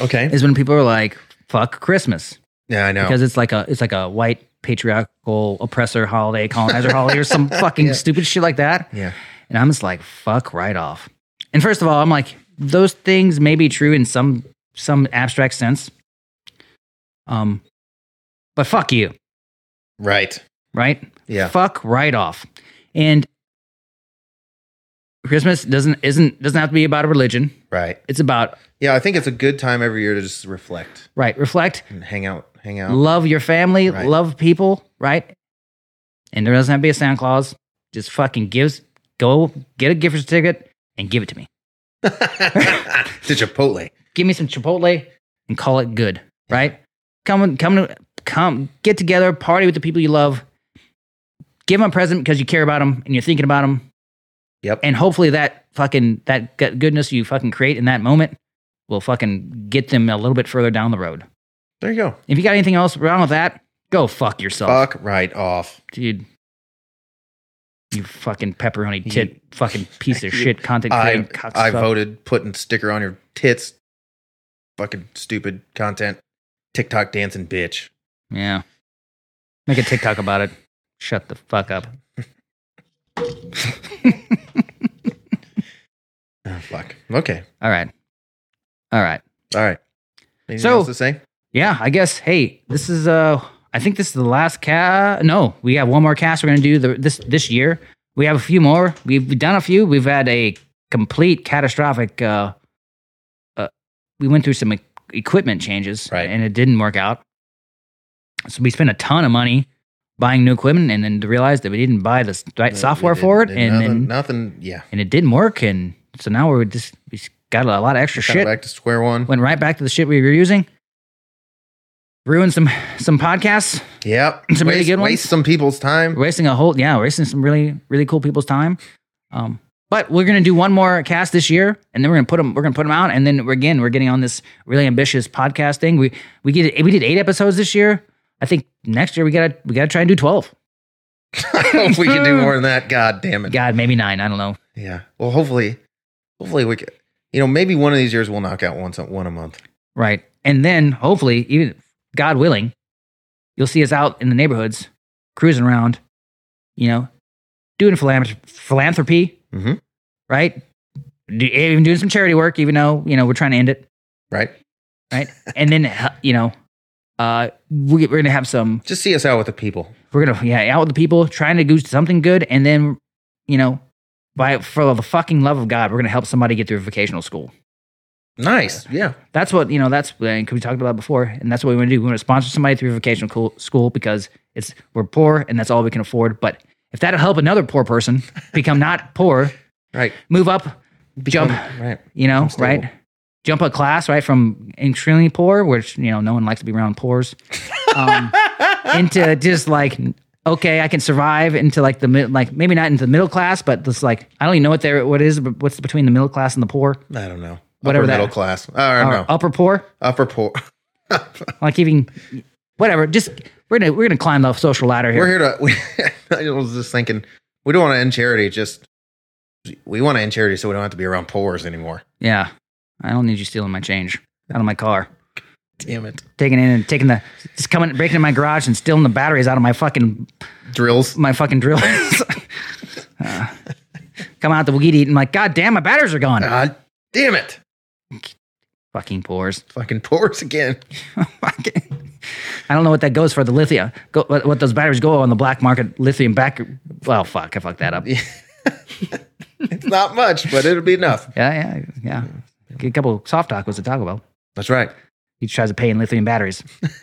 Okay.
is when people are like, "Fuck Christmas,"
Yeah, I know.
because it's like a it's like a white patriarchal oppressor holiday, colonizer holiday, or some fucking
<laughs> Yeah.
stupid shit like that.
yeah.
And I'm just like, fuck right off. And first of all, I'm like, those things may be true in some some abstract sense. Um, but fuck you,
Right.
right?
Yeah.
Fuck right off. And Christmas doesn't isn't doesn't have to be about a religion.
Right.
It's about
Yeah, I think it's a good time every year to just reflect
right, reflect,
and hang out, hang out.
love your family,
Right.
love people, right? And there doesn't have to be a Santa Claus. Just fucking gives go get a gift certificate and give it to me.
<laughs> to Chipotle.
give me some Chipotle and call it good, right? Come and come to come get together, party with the people you love. Give them a present because you care about them and you're thinking about them,
Yep.
and hopefully that fucking that gut- goodness you fucking create in that moment will fucking get them a little bit further down the road.
there you go.
If you got anything else wrong with that, go fuck yourself,
Fuck right off.
dude. You fucking pepperoni
You-
tit, fucking piece of
<laughs> you-
shit content
I,
creator.
I
cocksucker.
voted putting sticker on your tits. Fucking stupid content. TikTok dancing bitch.
Yeah. Make a TikTok about it. Shut the fuck up.
Oh, fuck. Okay.
All right. All right.
All right. Anything
So-
else to say?
Yeah, I guess. Hey, this is uh I think this is the last ca no, we have one more cast we're gonna do the, this this year. We have a few more. We've done a few. We've had a complete catastrophic uh uh we went through some e- equipment changes
Right.
and it didn't work out. So we spent a ton of money buying new equipment and then realized that we didn't buy the s- right software
Did-
for it
did
and
nothing,
then
nothing. Yeah.
and it didn't work. And so now we're just we just got a lot of extra
Kinda
shit.
Back to square one.
Went right back to the shit we were using. Ruined some some podcasts.
Yep.
Some really
waste,
good ones?
waste some
<laughs>
people's time. <laughs>
Wasting a whole yeah, wasting some really really cool people's time. Um, but we're gonna do one more cast this year, and then we're gonna put them we're gonna put them out, and then we're, again we're getting on this really ambitious podcast thing. We we get we did eight episodes this year. I think next year we gotta we gotta try and do twelve.
I hope we can do more than that. God damn it.
God, maybe nine. I don't know.
Yeah. Well, hopefully, hopefully we could. You know, maybe one of these years we'll knock out once one a month.
Right. And then hopefully, even God willing, you'll see us out in the neighborhoods, cruising around, you know, doing philan- philanthropy,
Mhm.
right? Do, even doing some charity work, even though, you know, we're trying to end it.
Right.
Right. and then, uh, you know, uh, we, we're going to have some,
Just see us out with the people.
we're going to, yeah, out with the people, trying to do something good. And then, you know, by, for the fucking love of God, we're going to help somebody get through vocational school.
Nice. Yeah.
that's what you know that's and we talked about before and that's what we want to do we want to sponsor somebody through vocational cool, school because it's we're poor and that's all we can afford but if that'll help another poor person become not poor
Right.
move up jump
Um, right.
you know
stable.
right jump a class right from extremely poor which you know no one likes to be around poors
<laughs>
um, into just like okay i can survive into like the mid like maybe not into the middle class but just like i don't even know what there what is but what's between the middle class and the poor
I don't know.
Whatever
upper
that-
middle class. I don't
or
know.
upper poor
upper poor. <laughs>
like even whatever just we're gonna we're gonna climb the social ladder here
We're here to. We, <laughs> I was just thinking, we don't want to end charity. Just we want to end charity so we don't have to be around poor's anymore.
yeah i don't need you stealing my change out of my car
Damn it.
taking in and taking the just coming breaking in my garage and stealing the batteries out of my fucking
Drills.
my fucking drill <laughs> Uh, come out the weed eating like god damn my batteries are gone
God damn it.
fucking pores <laughs>
Fucking poor's <laughs> again.
Fucking- I don't know what that goes for the lithium. Go, what, what those batteries go on the black market lithium back? Well, fuck, I fucked that up. Yeah,
It's not much, but it'll be enough.
yeah, yeah. Get a couple soft tacos at Taco Bell.
That's right.
He tries to pay in lithium batteries.
<laughs>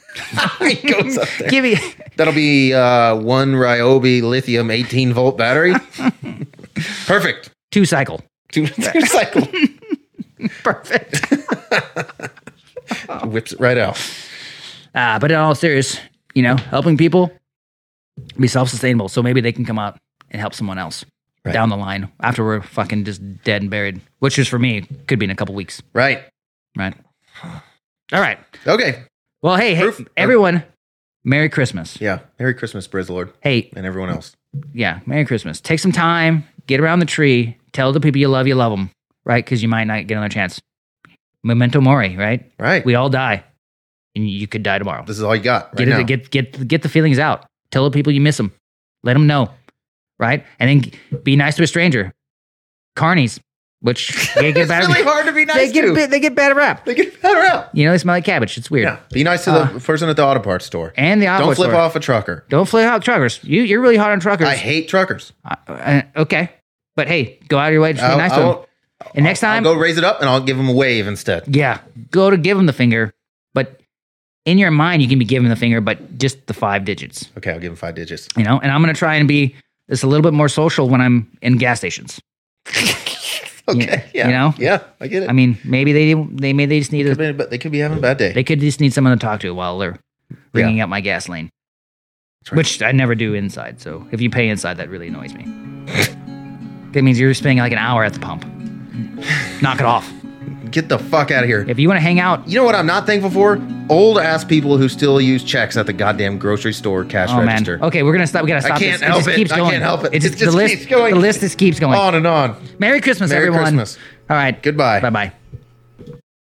He <laughs>
<laughs>
goes up there.
Give me
That'll be uh, one Ryobi lithium 18
<laughs>
volt battery. Perfect.
two cycle.
Two, <laughs> two cycle.
<laughs> Perfect.
Whips it right out.
Uh, but in all serious, you know, helping people be self sustainable. So maybe they can come out and help someone else
Right.
down the line after we're fucking just dead and buried, which is for me, could be in a couple weeks.
Right. <sighs>
Right. All right.
Okay.
Well, hey, hey
Proof- or-
everyone, Merry Christmas.
Yeah. Merry Christmas, Brizzlord,
Hey,
and everyone else.
yeah, Merry Christmas. Take some time, get around the tree, tell the people you love you love them, right? Because you might not get another chance. Memento mori, right?
Right.
We all die, and you could die tomorrow.
this is all you got right
get
now.
it, get get get the feelings out. Tell the people you miss them. Let them know, right? And then g- be nice to a stranger. Carnies, which they
<laughs>
get
it's
bad,
really hard to be nice
they get
to.
a bit, they get bad rap.
they get better out.
You know, they smell like cabbage. It's weird.
Yeah. Be nice to the person at the auto parts store.
And the auto
Don't flip
Uh, store.
off a trucker.
Don't flip off truckers. You you're really hot on truckers.
I hate truckers.
Uh, uh, okay, but hey, go out of your way to be
I'll-
nice
I'll-
to them. And next
I'll
time,
go raise it up and I'll give them a wave instead.
yeah, go to give them the finger, but. In your mind, you can be giving the finger, but just the five digits.
Okay, I'll give them five digits.
you know and i'm going to try and be just a little bit more social when i'm in gas stations
Okay. Yeah.
you know?
Yeah, I get it.
i mean maybe they they maybe they just need
Could
a,
be- but they could be having a bad day.
they could just need someone to talk to while they're ringing out my gas lane
right.
which i never do inside so if you pay inside that really annoys me that means you're spending like an hour at the pump knock it off
get the fuck out of here.
if you want to hang out
You know what I'm not thankful for? Old ass people who still use checks at the goddamn grocery store cash
Oh man!
register.
Okay, we're gonna stop. We gotta
I
stop
can't
this.
help
it. Just
it.
keeps
I
going.
can't help it. It
just,
just
the list,
keeps going.
The list just keeps going.
On and on.
Merry Christmas,
Merry
everyone.
Christmas.
All right.
Goodbye.
Bye bye.